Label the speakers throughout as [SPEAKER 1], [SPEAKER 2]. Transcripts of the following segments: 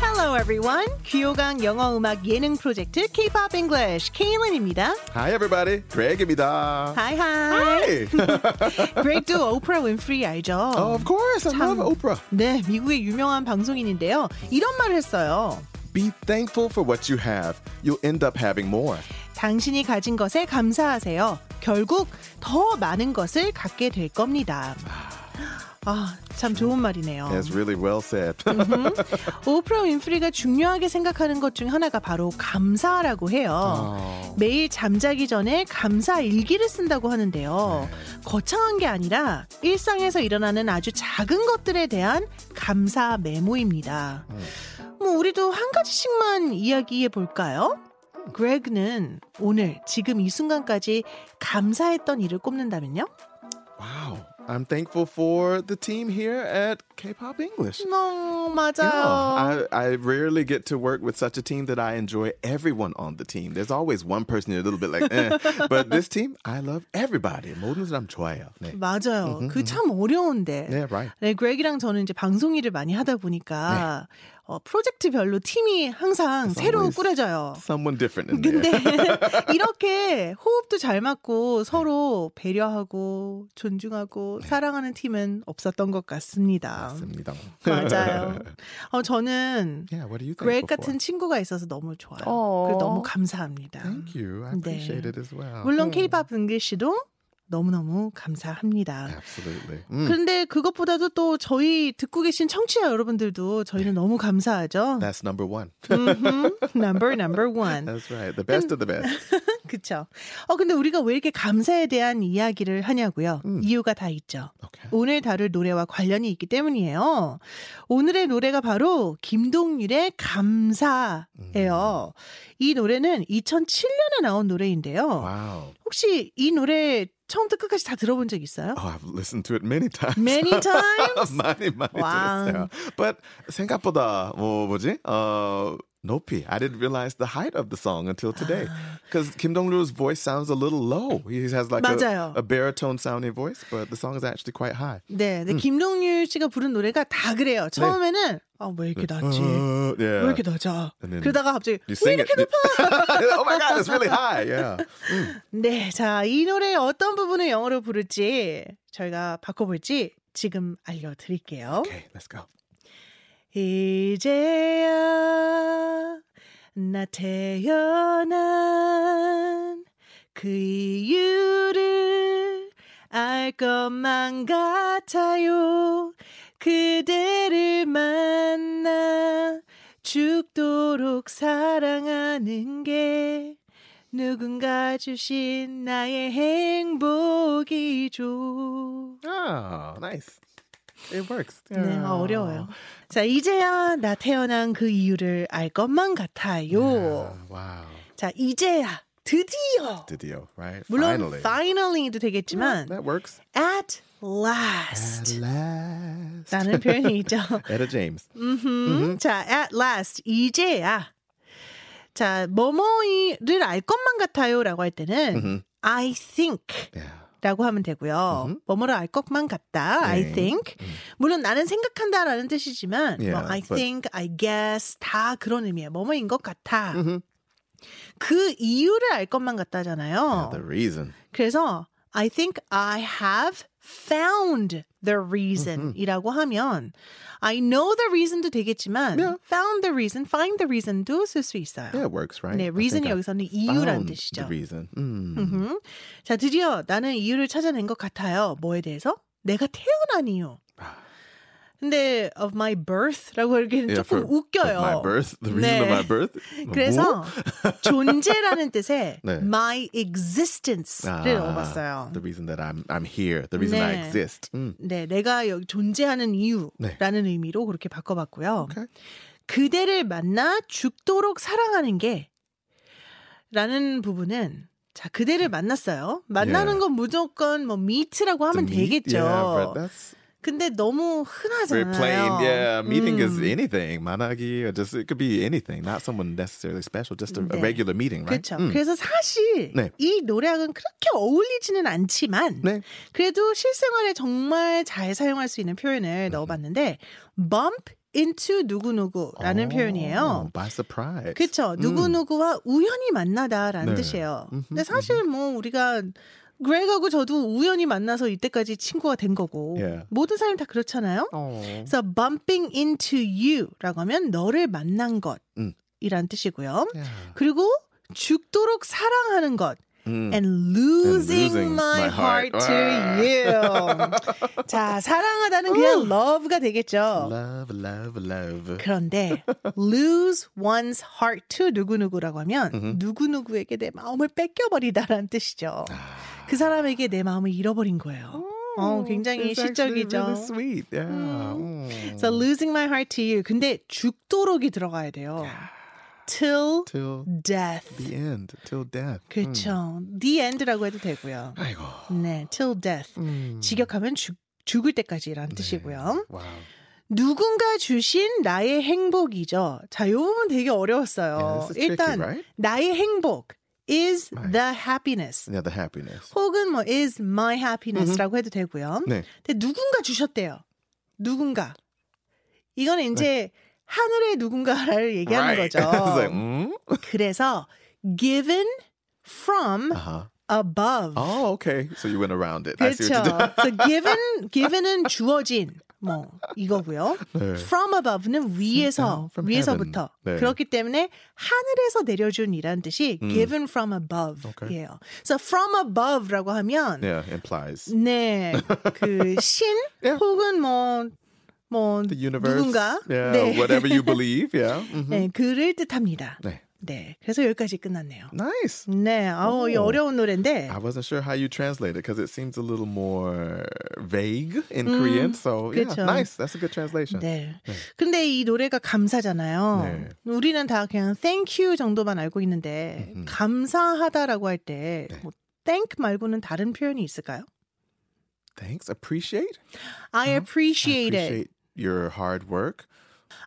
[SPEAKER 1] Hello everyone. 귀요강 영어 음악 예능 프로젝트 K-pop English 케일린입니다.
[SPEAKER 2] Hi everybody, Greg입니다.
[SPEAKER 1] Hi hi.
[SPEAKER 2] Hi.
[SPEAKER 1] Greg도 오프라 윈프리 알죠?
[SPEAKER 2] Uh, of course, I
[SPEAKER 1] 참.
[SPEAKER 2] love Oprah.
[SPEAKER 1] 네, 미국의 유명한 방송인인데요. 이런 말을 했어요.
[SPEAKER 2] Be thankful for what you have. You'll end up having more.
[SPEAKER 1] 당신이 가진 것에 감사하세요. 결국 더 많은 것을 갖게 될 겁니다. 아, 참 좋은 말이네요.
[SPEAKER 2] That's really well said.
[SPEAKER 1] Mm. 오프라 윈프리가 중요하게 생각하는 것 중 하나가 바로 감사라고 해요.
[SPEAKER 2] 어,
[SPEAKER 1] 매일 잠자기 전에 감사 일기를 쓴다고 하는데요. 거창한 게 아니라 일상에서 일어나는 아주 작은 것들에 대한 감사 메모입니다. 뭐 우리도 한 가지씩만 이야기해 볼까요? 그렉는 오늘 지금 이 순간까지 감사했던 일을 꼽는다면요?
[SPEAKER 2] wow. I'm thankful for the team here at K-pop English.
[SPEAKER 1] 어,
[SPEAKER 2] Yeah,
[SPEAKER 1] 맞아요.
[SPEAKER 2] I, I rarely get to work with such a team that I enjoy everyone on the team. There's always one person who's a little bit like, eh. but this team, I love everybody. 모든 사람 좋아요. 네.
[SPEAKER 1] 맞아요. 그 참 어려운데.
[SPEAKER 2] 네, right.
[SPEAKER 1] 네, 그렉이랑 저는 이제 방송 일을 많이 하다 보니까 어, 프로젝트별로 팀이 항상 새로
[SPEAKER 2] always
[SPEAKER 1] 꾸려져요.
[SPEAKER 2] Someone different in
[SPEAKER 1] 근데
[SPEAKER 2] there.
[SPEAKER 1] 이렇게 호흡도 잘 맞고 서로 배려하고 존중하고 사랑하는 팀은 없었던 것 같습니다.
[SPEAKER 2] 맞습니다.
[SPEAKER 1] 맞아요. 어, 저는
[SPEAKER 2] Yeah, what do you
[SPEAKER 1] 그렉
[SPEAKER 2] think?
[SPEAKER 1] 같은 친구가 있어서 너무 좋아요.
[SPEAKER 2] 어.
[SPEAKER 1] 그리고 너무 감사합니다.
[SPEAKER 2] Thank you. I
[SPEAKER 1] 네.
[SPEAKER 2] appreciate it as well. Hmm.
[SPEAKER 1] 물론 케이팝 응글씨도 너무너무 감사합니다.
[SPEAKER 2] Absolutely. Mm,
[SPEAKER 1] 그런데 그것보다도 또 저희 듣고 계신 청취자 여러분들도 저희는 너무 감사하죠.
[SPEAKER 2] That's number one.
[SPEAKER 1] 음흠. number number one.
[SPEAKER 2] That's right. The best of the best.
[SPEAKER 1] 그쵸. 어, 근데 우리가 왜 이렇게 감사에 대한 이야기를 하냐고요. 이유가 다 있죠.
[SPEAKER 2] Okay.
[SPEAKER 1] 오늘 다룰 노래와 관련이 있기 때문이에요. 오늘의 노래가 바로 김동률의 감사예요. 이 노래는 2007년에 나온 노래인데요.
[SPEAKER 2] Wow.
[SPEAKER 1] 혹시 이 노래 처음부터 끝까지 다 들어본 적 있어요?
[SPEAKER 2] Oh, I've listened to it many times.
[SPEAKER 1] Many times?
[SPEAKER 2] 많이 많이
[SPEAKER 1] Wow.
[SPEAKER 2] 들었어요. But 생각보다 뭐 뭐지? 어, 높이. I didn't realize the height of the song until today. Because Kim Dong-ru's voice sounds a little low. He has like a,
[SPEAKER 1] 맞아요.
[SPEAKER 2] a baritone sounding voice, but the song is actually quite high.
[SPEAKER 1] 네, 근데 김동률 씨가 부른 노래가 다 그래요. 처음에는 네. 아, 왜 이렇게 낮지? 왜
[SPEAKER 2] Uh, yeah.
[SPEAKER 1] 이렇게 낮아? 네.
[SPEAKER 2] 근데
[SPEAKER 1] 그러다가 갑자기 왜
[SPEAKER 2] You sing it.
[SPEAKER 1] 이렇게 높아?
[SPEAKER 2] oh my god, it's really high. Yeah.
[SPEAKER 1] 네, 자, 이 노래의 어떤 부분을 영어로 부를지 저희가 바꿔볼지 지금 알려드릴게요.
[SPEAKER 2] Okay, let's go.
[SPEAKER 1] 이제야 나 태어난 그 이유를 알 것만 같아요. 그대를 만나 죽도록 사랑하는 게 누군가 주신 나의 행복이죠.
[SPEAKER 2] Oh, nice. It works.
[SPEAKER 1] 네,
[SPEAKER 2] Yeah.
[SPEAKER 1] 아, 어려워요. 자, 이제야 나 태어난 그 이유를 알 것만 같아요.
[SPEAKER 2] Yeah, wow.
[SPEAKER 1] 자, 이제야 드디어
[SPEAKER 2] Didio, right?
[SPEAKER 1] 물론
[SPEAKER 2] Finally.
[SPEAKER 1] finally. 도 되겠지만
[SPEAKER 2] That works.
[SPEAKER 1] at
[SPEAKER 2] At
[SPEAKER 1] last
[SPEAKER 2] last.
[SPEAKER 1] 라는 표현이 있죠.
[SPEAKER 2] Etta James.
[SPEAKER 1] Mm. 음, 자, at last 이제야 자, 뭐뭐이를 알 것만 같아요라고 할 때는 I think
[SPEAKER 2] Yeah.
[SPEAKER 1] 라고 하면 되고요. 뭐뭐를 알 것만 같다. I
[SPEAKER 2] 네.
[SPEAKER 1] think. 물론 나는 생각한다라는 뜻이지만 뭐,
[SPEAKER 2] Yeah,
[SPEAKER 1] I
[SPEAKER 2] but-
[SPEAKER 1] think, I guess 다 그런 의미예요. 뭐뭐인 것 같아. 그 이유를 알 것만 같다잖아요.
[SPEAKER 2] The reason.
[SPEAKER 1] 그래서 I think I have found the reason이라고 하면 I know the reason도 되겠지만
[SPEAKER 2] Yeah.
[SPEAKER 1] found the reason, find the reason도 쓸 수 있어요.
[SPEAKER 2] Yeah, it works, right?
[SPEAKER 1] 네,
[SPEAKER 2] I
[SPEAKER 1] reason이
[SPEAKER 2] think I
[SPEAKER 1] 여기서는 이유란
[SPEAKER 2] found
[SPEAKER 1] 뜻이죠.
[SPEAKER 2] The reason. Mm.
[SPEAKER 1] 음흠. 자, 드디어 나는 이유를 찾아낸 것 같아요. 뭐에 대해서? 내가 태어난 이유. 근데 of my birth라고 이렇게는
[SPEAKER 2] 아. Yeah,
[SPEAKER 1] 조금
[SPEAKER 2] for-
[SPEAKER 1] 웃겨요.
[SPEAKER 2] of my birth. The reason of
[SPEAKER 1] 네.
[SPEAKER 2] my birth. 뭐?
[SPEAKER 1] 그래서 존재라는 뜻에
[SPEAKER 2] 네.
[SPEAKER 1] my existence를
[SPEAKER 2] Ah,
[SPEAKER 1] 넣어봤어요.
[SPEAKER 2] The reason that I'm I'm here. The reason I
[SPEAKER 1] 네.
[SPEAKER 2] exist. Mm.
[SPEAKER 1] 네, 내가 여기 존재하는 이유라는
[SPEAKER 2] 네.
[SPEAKER 1] 의미로 그렇게 바꿔봤고요.
[SPEAKER 2] Okay.
[SPEAKER 1] 그대를 만나 죽도록 사랑하는 게 라는 부분은 자 그대를 만났어요. 만나는
[SPEAKER 2] Yeah.
[SPEAKER 1] 건 무조건 뭐 meet라고
[SPEAKER 2] 예. The
[SPEAKER 1] 하면
[SPEAKER 2] meet-
[SPEAKER 1] 되겠죠.
[SPEAKER 2] Yeah, but that's
[SPEAKER 1] 근데 너무
[SPEAKER 2] very
[SPEAKER 1] 흔하잖아요.
[SPEAKER 2] plain. Yeah, meeting is
[SPEAKER 1] 음,
[SPEAKER 2] anything. Managi or just it could be anything. Not someone necessarily special. Just a, a
[SPEAKER 1] 네.
[SPEAKER 2] regular meeting, right?
[SPEAKER 1] 그렇죠.
[SPEAKER 2] Mm.
[SPEAKER 1] 그래서 사실
[SPEAKER 2] 네.
[SPEAKER 1] 이 노래하고는 그렇게 어울리지는 않지만
[SPEAKER 2] 네. 음.
[SPEAKER 1] 그래도 실생활에 정말 잘 사용할 수 있는 표현을 넣어봤는데 bump into 누구누구라는
[SPEAKER 2] 어,
[SPEAKER 1] 표현이에요.
[SPEAKER 2] Oh, By surprise.
[SPEAKER 1] 그쵸. 누구누구와 우연히 만나다라는
[SPEAKER 2] 네.
[SPEAKER 1] 뜻이에요.
[SPEAKER 2] 음흠,
[SPEAKER 1] 근데 사실 뭐 우리가 그렉하고 저도 우연히 만나서 이때까지 친구가 된 거고
[SPEAKER 2] 예.
[SPEAKER 1] 모든 사람이 다 그렇잖아요.
[SPEAKER 2] 어.
[SPEAKER 1] 그래서 bumping into you라고 하면 너를 만난
[SPEAKER 2] 음.
[SPEAKER 1] 것이란 뜻이고요.
[SPEAKER 2] Yeah.
[SPEAKER 1] 그리고 죽도록 사랑하는 것
[SPEAKER 2] 음.
[SPEAKER 1] and losing,
[SPEAKER 2] losing
[SPEAKER 1] my,
[SPEAKER 2] my
[SPEAKER 1] heart,
[SPEAKER 2] heart.
[SPEAKER 1] to you. 자, 사랑하다는 그냥 love가 되겠죠.
[SPEAKER 2] 음. Love, love, love.
[SPEAKER 1] 그런데 lose one's heart to 누구누구라고 하면 누구누구에게 내 마음을 뺏겨버리다라는 뜻이죠.
[SPEAKER 2] 아.
[SPEAKER 1] 그 사람에게 내 마음을 잃어버린 거예요. 어, 굉장히
[SPEAKER 2] Oh, It's actually
[SPEAKER 1] 시적이죠.
[SPEAKER 2] Really sweet. Yeah. Mm. 음.
[SPEAKER 1] So losing my heart to you. 근데 죽도록이 들어가야 돼요. Till
[SPEAKER 2] till
[SPEAKER 1] death.
[SPEAKER 2] the end, 음. till death. Mm.
[SPEAKER 1] 그렇죠. The end라고 해도 되고요.
[SPEAKER 2] 아이고. Mm.
[SPEAKER 1] 네, till death.
[SPEAKER 2] 음. 네.
[SPEAKER 1] 직역하면 죽, 죽을 때까지라는 뜻이고요.
[SPEAKER 2] 와우.
[SPEAKER 1] 누군가 주신 나의 행복이죠. 자, 요 부분 되게
[SPEAKER 2] Yeah,
[SPEAKER 1] 어려웠어요.
[SPEAKER 2] this is tricky,
[SPEAKER 1] 일단
[SPEAKER 2] right?
[SPEAKER 1] 나의 행복 is
[SPEAKER 2] Right.
[SPEAKER 1] the happiness.
[SPEAKER 2] Yeah, the happiness.
[SPEAKER 1] 혹은 뭐 is my happiness라고 해도 되고요.
[SPEAKER 2] 네.
[SPEAKER 1] 근데 누군가 주셨대요. 누군가. 이건 이제 하늘의 누군가를 얘기하는
[SPEAKER 2] Right.
[SPEAKER 1] 거죠.
[SPEAKER 2] It's like, 음?
[SPEAKER 1] 그래서 given from
[SPEAKER 2] Uh-huh.
[SPEAKER 1] above.
[SPEAKER 2] Oh, okay. So you went around it. I see
[SPEAKER 1] 그렇죠.
[SPEAKER 2] what you did.
[SPEAKER 1] So given given은 주어진 뭐 이거고요.
[SPEAKER 2] 네. 음,
[SPEAKER 1] From above는 위에서
[SPEAKER 2] from
[SPEAKER 1] 위에서부터.
[SPEAKER 2] heaven. 네.
[SPEAKER 1] 그렇기 때문에 하늘에서 내려준이라는 뜻이
[SPEAKER 2] 음.
[SPEAKER 1] given from above예요.
[SPEAKER 2] Okay.
[SPEAKER 1] So from above라고 하면
[SPEAKER 2] Yeah, implies
[SPEAKER 1] 네, 그 신
[SPEAKER 2] Yeah.
[SPEAKER 1] 혹은 뭐, 뭐
[SPEAKER 2] 예. the universe.
[SPEAKER 1] 누군가
[SPEAKER 2] Yeah,
[SPEAKER 1] 네.
[SPEAKER 2] whatever you believe. Yeah. Mhm.
[SPEAKER 1] 네, 그를 뜻합니다.
[SPEAKER 2] 네.
[SPEAKER 1] 네, 그래서 여기까지 끝났네요.
[SPEAKER 2] Nice.
[SPEAKER 1] 네, 아우 이
[SPEAKER 2] 오.
[SPEAKER 1] 어려운 노래인데
[SPEAKER 2] I wasn't sure how you translate it because it seems a little more vague in Korean. So yeah,
[SPEAKER 1] 그쵸.
[SPEAKER 2] nice. That's a good translation.
[SPEAKER 1] 네. 근데 이 노래가
[SPEAKER 2] 네.
[SPEAKER 1] 감사잖아요. 우리는 다 그냥 thank you 정도만 알고 있는데 감사하다라고 할 때
[SPEAKER 2] 네.
[SPEAKER 1] 뭐, thank 말고는 다른 표현이 있을까요?
[SPEAKER 2] Thanks. Appreciate.
[SPEAKER 1] I appreciate, it.
[SPEAKER 2] 음? Appreciate your hard work.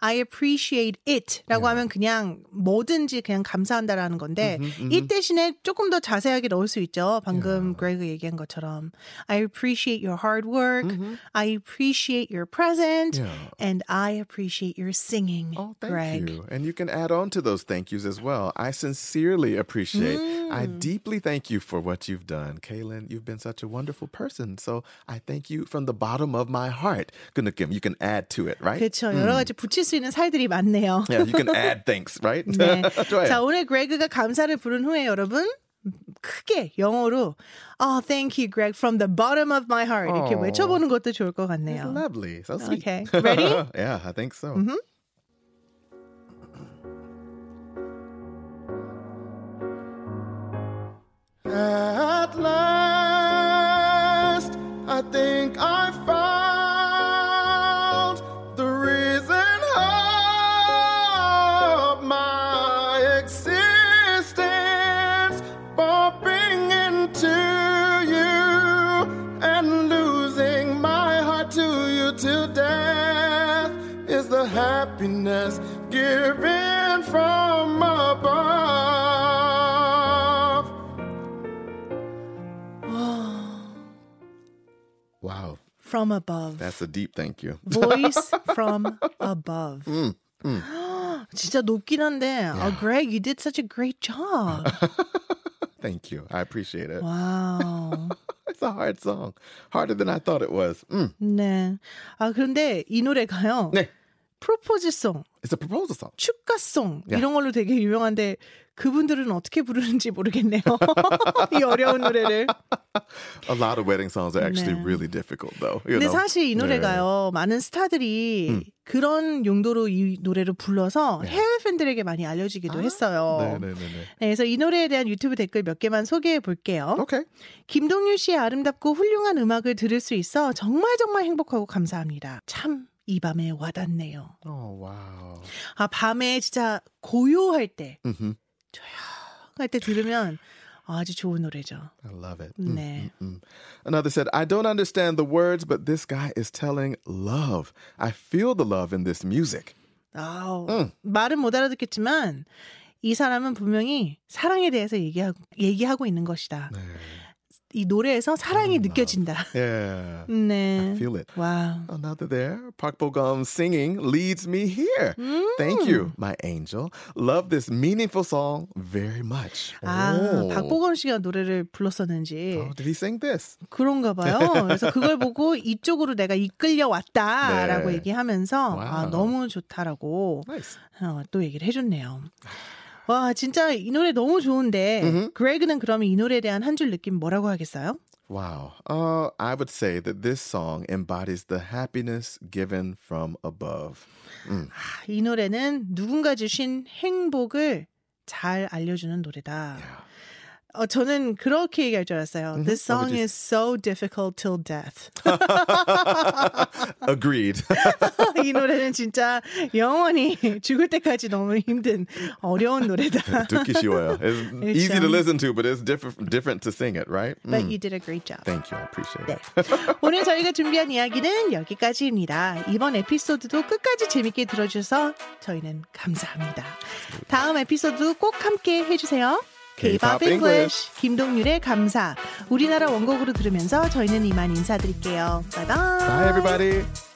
[SPEAKER 1] I appreciate it라고 하면 그냥 뭐든지 그냥 감사한다라는 건데 이 대신에 조금 더 자세하게 넣을 수 있죠. 방금 그레이가 얘기한 것처럼 I appreciate your hard work, I appreciate your present,
[SPEAKER 2] Yeah.
[SPEAKER 1] and I appreciate your singing.
[SPEAKER 2] Oh, thank
[SPEAKER 1] Greg.
[SPEAKER 2] you. And you can add on to those thank yous as well. I sincerely appreciate. I
[SPEAKER 1] Mm.
[SPEAKER 2] deeply thank you for what you've done. Kaylin, you've been such a wonderful person. So I thank you from the bottom of my heart. Good Kim, you can add to it, right?
[SPEAKER 1] 그렇죠. 여러 가지 붙일 수 있는 사이들이 많네요.
[SPEAKER 2] Yeah, you can add thanks, right?
[SPEAKER 1] 네.
[SPEAKER 2] Go ahead.
[SPEAKER 1] 자, 오늘 그레그가 감사를 부른 후에 여러분 크게 영어로 Oh, thank you, Greg, from the bottom of my heart 이렇게
[SPEAKER 2] Oh.
[SPEAKER 1] 외쳐보는 것도 좋을 것 같네요.
[SPEAKER 2] Lovely. So sweet.
[SPEAKER 1] Okay. Ready? Mm-hmm.
[SPEAKER 2] yeah, I think so. At last, I think I found the reason of my existence. Bumping into you and losing my heart to you to death is the happiness given from above. Wow,
[SPEAKER 1] From above.
[SPEAKER 2] that's a deep thank you.
[SPEAKER 1] Voice from above.
[SPEAKER 2] 음,
[SPEAKER 1] 진짜 높긴 한데, oh, Greg, you did such a great job.
[SPEAKER 2] Thank you. I appreciate it.
[SPEAKER 1] 와우.
[SPEAKER 2] It's a hard song, harder than I thought it was. Mm.
[SPEAKER 1] 네. 아, 그런데 이 노래가요.
[SPEAKER 2] 네.
[SPEAKER 1] 프로포즈송,
[SPEAKER 2] It's a proposal song.
[SPEAKER 1] 축가송 이런 걸로 되게 유명한데 그분들은 어떻게 부르는지 모르겠네요. 이 어려운 노래를.
[SPEAKER 2] A lot of wedding songs are actually
[SPEAKER 1] 네.
[SPEAKER 2] really difficult, though. You
[SPEAKER 1] 근데
[SPEAKER 2] know?
[SPEAKER 1] 사실 이
[SPEAKER 2] 네.
[SPEAKER 1] 노래가요. 많은 스타들이
[SPEAKER 2] 음.
[SPEAKER 1] 그런 용도로 이 노래를 불러서 해외 팬들에게 많이 알려지기도 했어요.
[SPEAKER 2] 네, 네, 네, 네.
[SPEAKER 1] 네, 그래서 이 노래에 대한 유튜브 댓글 몇 개만 소개해 볼게요.
[SPEAKER 2] Okay.
[SPEAKER 1] 김동률 씨의 아름답고 훌륭한 음악을 들을 수 있어 정말 정말 행복하고 감사합니다. 참 이 밤에 와닿네요.
[SPEAKER 2] Oh wow.
[SPEAKER 1] 아 밤에 진짜 고요할 때
[SPEAKER 2] Mhm.
[SPEAKER 1] 할 때 들으면 아주 좋은 노래죠.
[SPEAKER 2] I love it. Mm.
[SPEAKER 1] 네.
[SPEAKER 2] Mm. Another said, I don't understand the words, but this guy is telling love. I feel the love in this music.
[SPEAKER 1] 아우,
[SPEAKER 2] 음.
[SPEAKER 1] 말은 못 알아듣겠지만
[SPEAKER 2] 네.
[SPEAKER 1] 이 사람은 분명히 사랑에 대해서 얘기하고, 얘기하고 있는 것이다. 이 노래에서 사랑이 느껴진다.
[SPEAKER 2] Yeah.
[SPEAKER 1] 네.
[SPEAKER 2] 음, Feel it.
[SPEAKER 1] 와우.
[SPEAKER 2] Another there. Park Bo Gum singing leads me here.
[SPEAKER 1] 음?
[SPEAKER 2] Thank you,
[SPEAKER 1] Mm.
[SPEAKER 2] my angel. Love this meaningful song very much.
[SPEAKER 1] 아,
[SPEAKER 2] Oh.
[SPEAKER 1] 박보검 씨가 노래를 불렀었는지
[SPEAKER 2] Oh, did he sing this?
[SPEAKER 1] 그런가 봐요. 그래서 그걸 보고 이쪽으로 내가 이끌려 왔다라고
[SPEAKER 2] 네.
[SPEAKER 1] 얘기하면서 아,
[SPEAKER 2] 와우.
[SPEAKER 1] 너무 좋다라고
[SPEAKER 2] Nice.
[SPEAKER 1] 어, 또 얘기를 해줬네요. 와 진짜 이 노래 너무 좋은데 그레그는 그러면 이 노래에 대한 한 줄 느낌 뭐라고 하겠어요?
[SPEAKER 2] Wow. Uh, I would say that this song embodies the happiness given from above. Mm.
[SPEAKER 1] 아, 이 노래는 누군가 주신 행복을 잘 알려주는 노래다.
[SPEAKER 2] Yeah.
[SPEAKER 1] 어, 저는 그렇게 얘기할 줄 알았어요. This song
[SPEAKER 2] 어디지?
[SPEAKER 1] is so difficult till death. Ah.
[SPEAKER 2] Agreed.
[SPEAKER 1] 이 노래는 진짜 영원히 죽을 때까지 너무 힘든 어려운 노래다.
[SPEAKER 2] Dookie Shiwell. It's easy to
[SPEAKER 1] sounds-
[SPEAKER 2] listen to, but it's different different to sing it, right?
[SPEAKER 1] But
[SPEAKER 2] Mm.
[SPEAKER 1] you did a great job.
[SPEAKER 2] Thank you. I appreciate it.
[SPEAKER 1] 오늘 저희가 준비한 이야기는 여기까지입니다. 이번 에피소드도 끝까지 재밌게 들어주셔서 저희는 감사합니다. 다음 에피소드 꼭 함께 해주세요. K-pop
[SPEAKER 2] K-pop
[SPEAKER 1] English 김동률의 감사 우리나라 원곡으로 들으면서 저희는 이만 인사드릴게요. 바이바이.
[SPEAKER 2] Bye, everybody.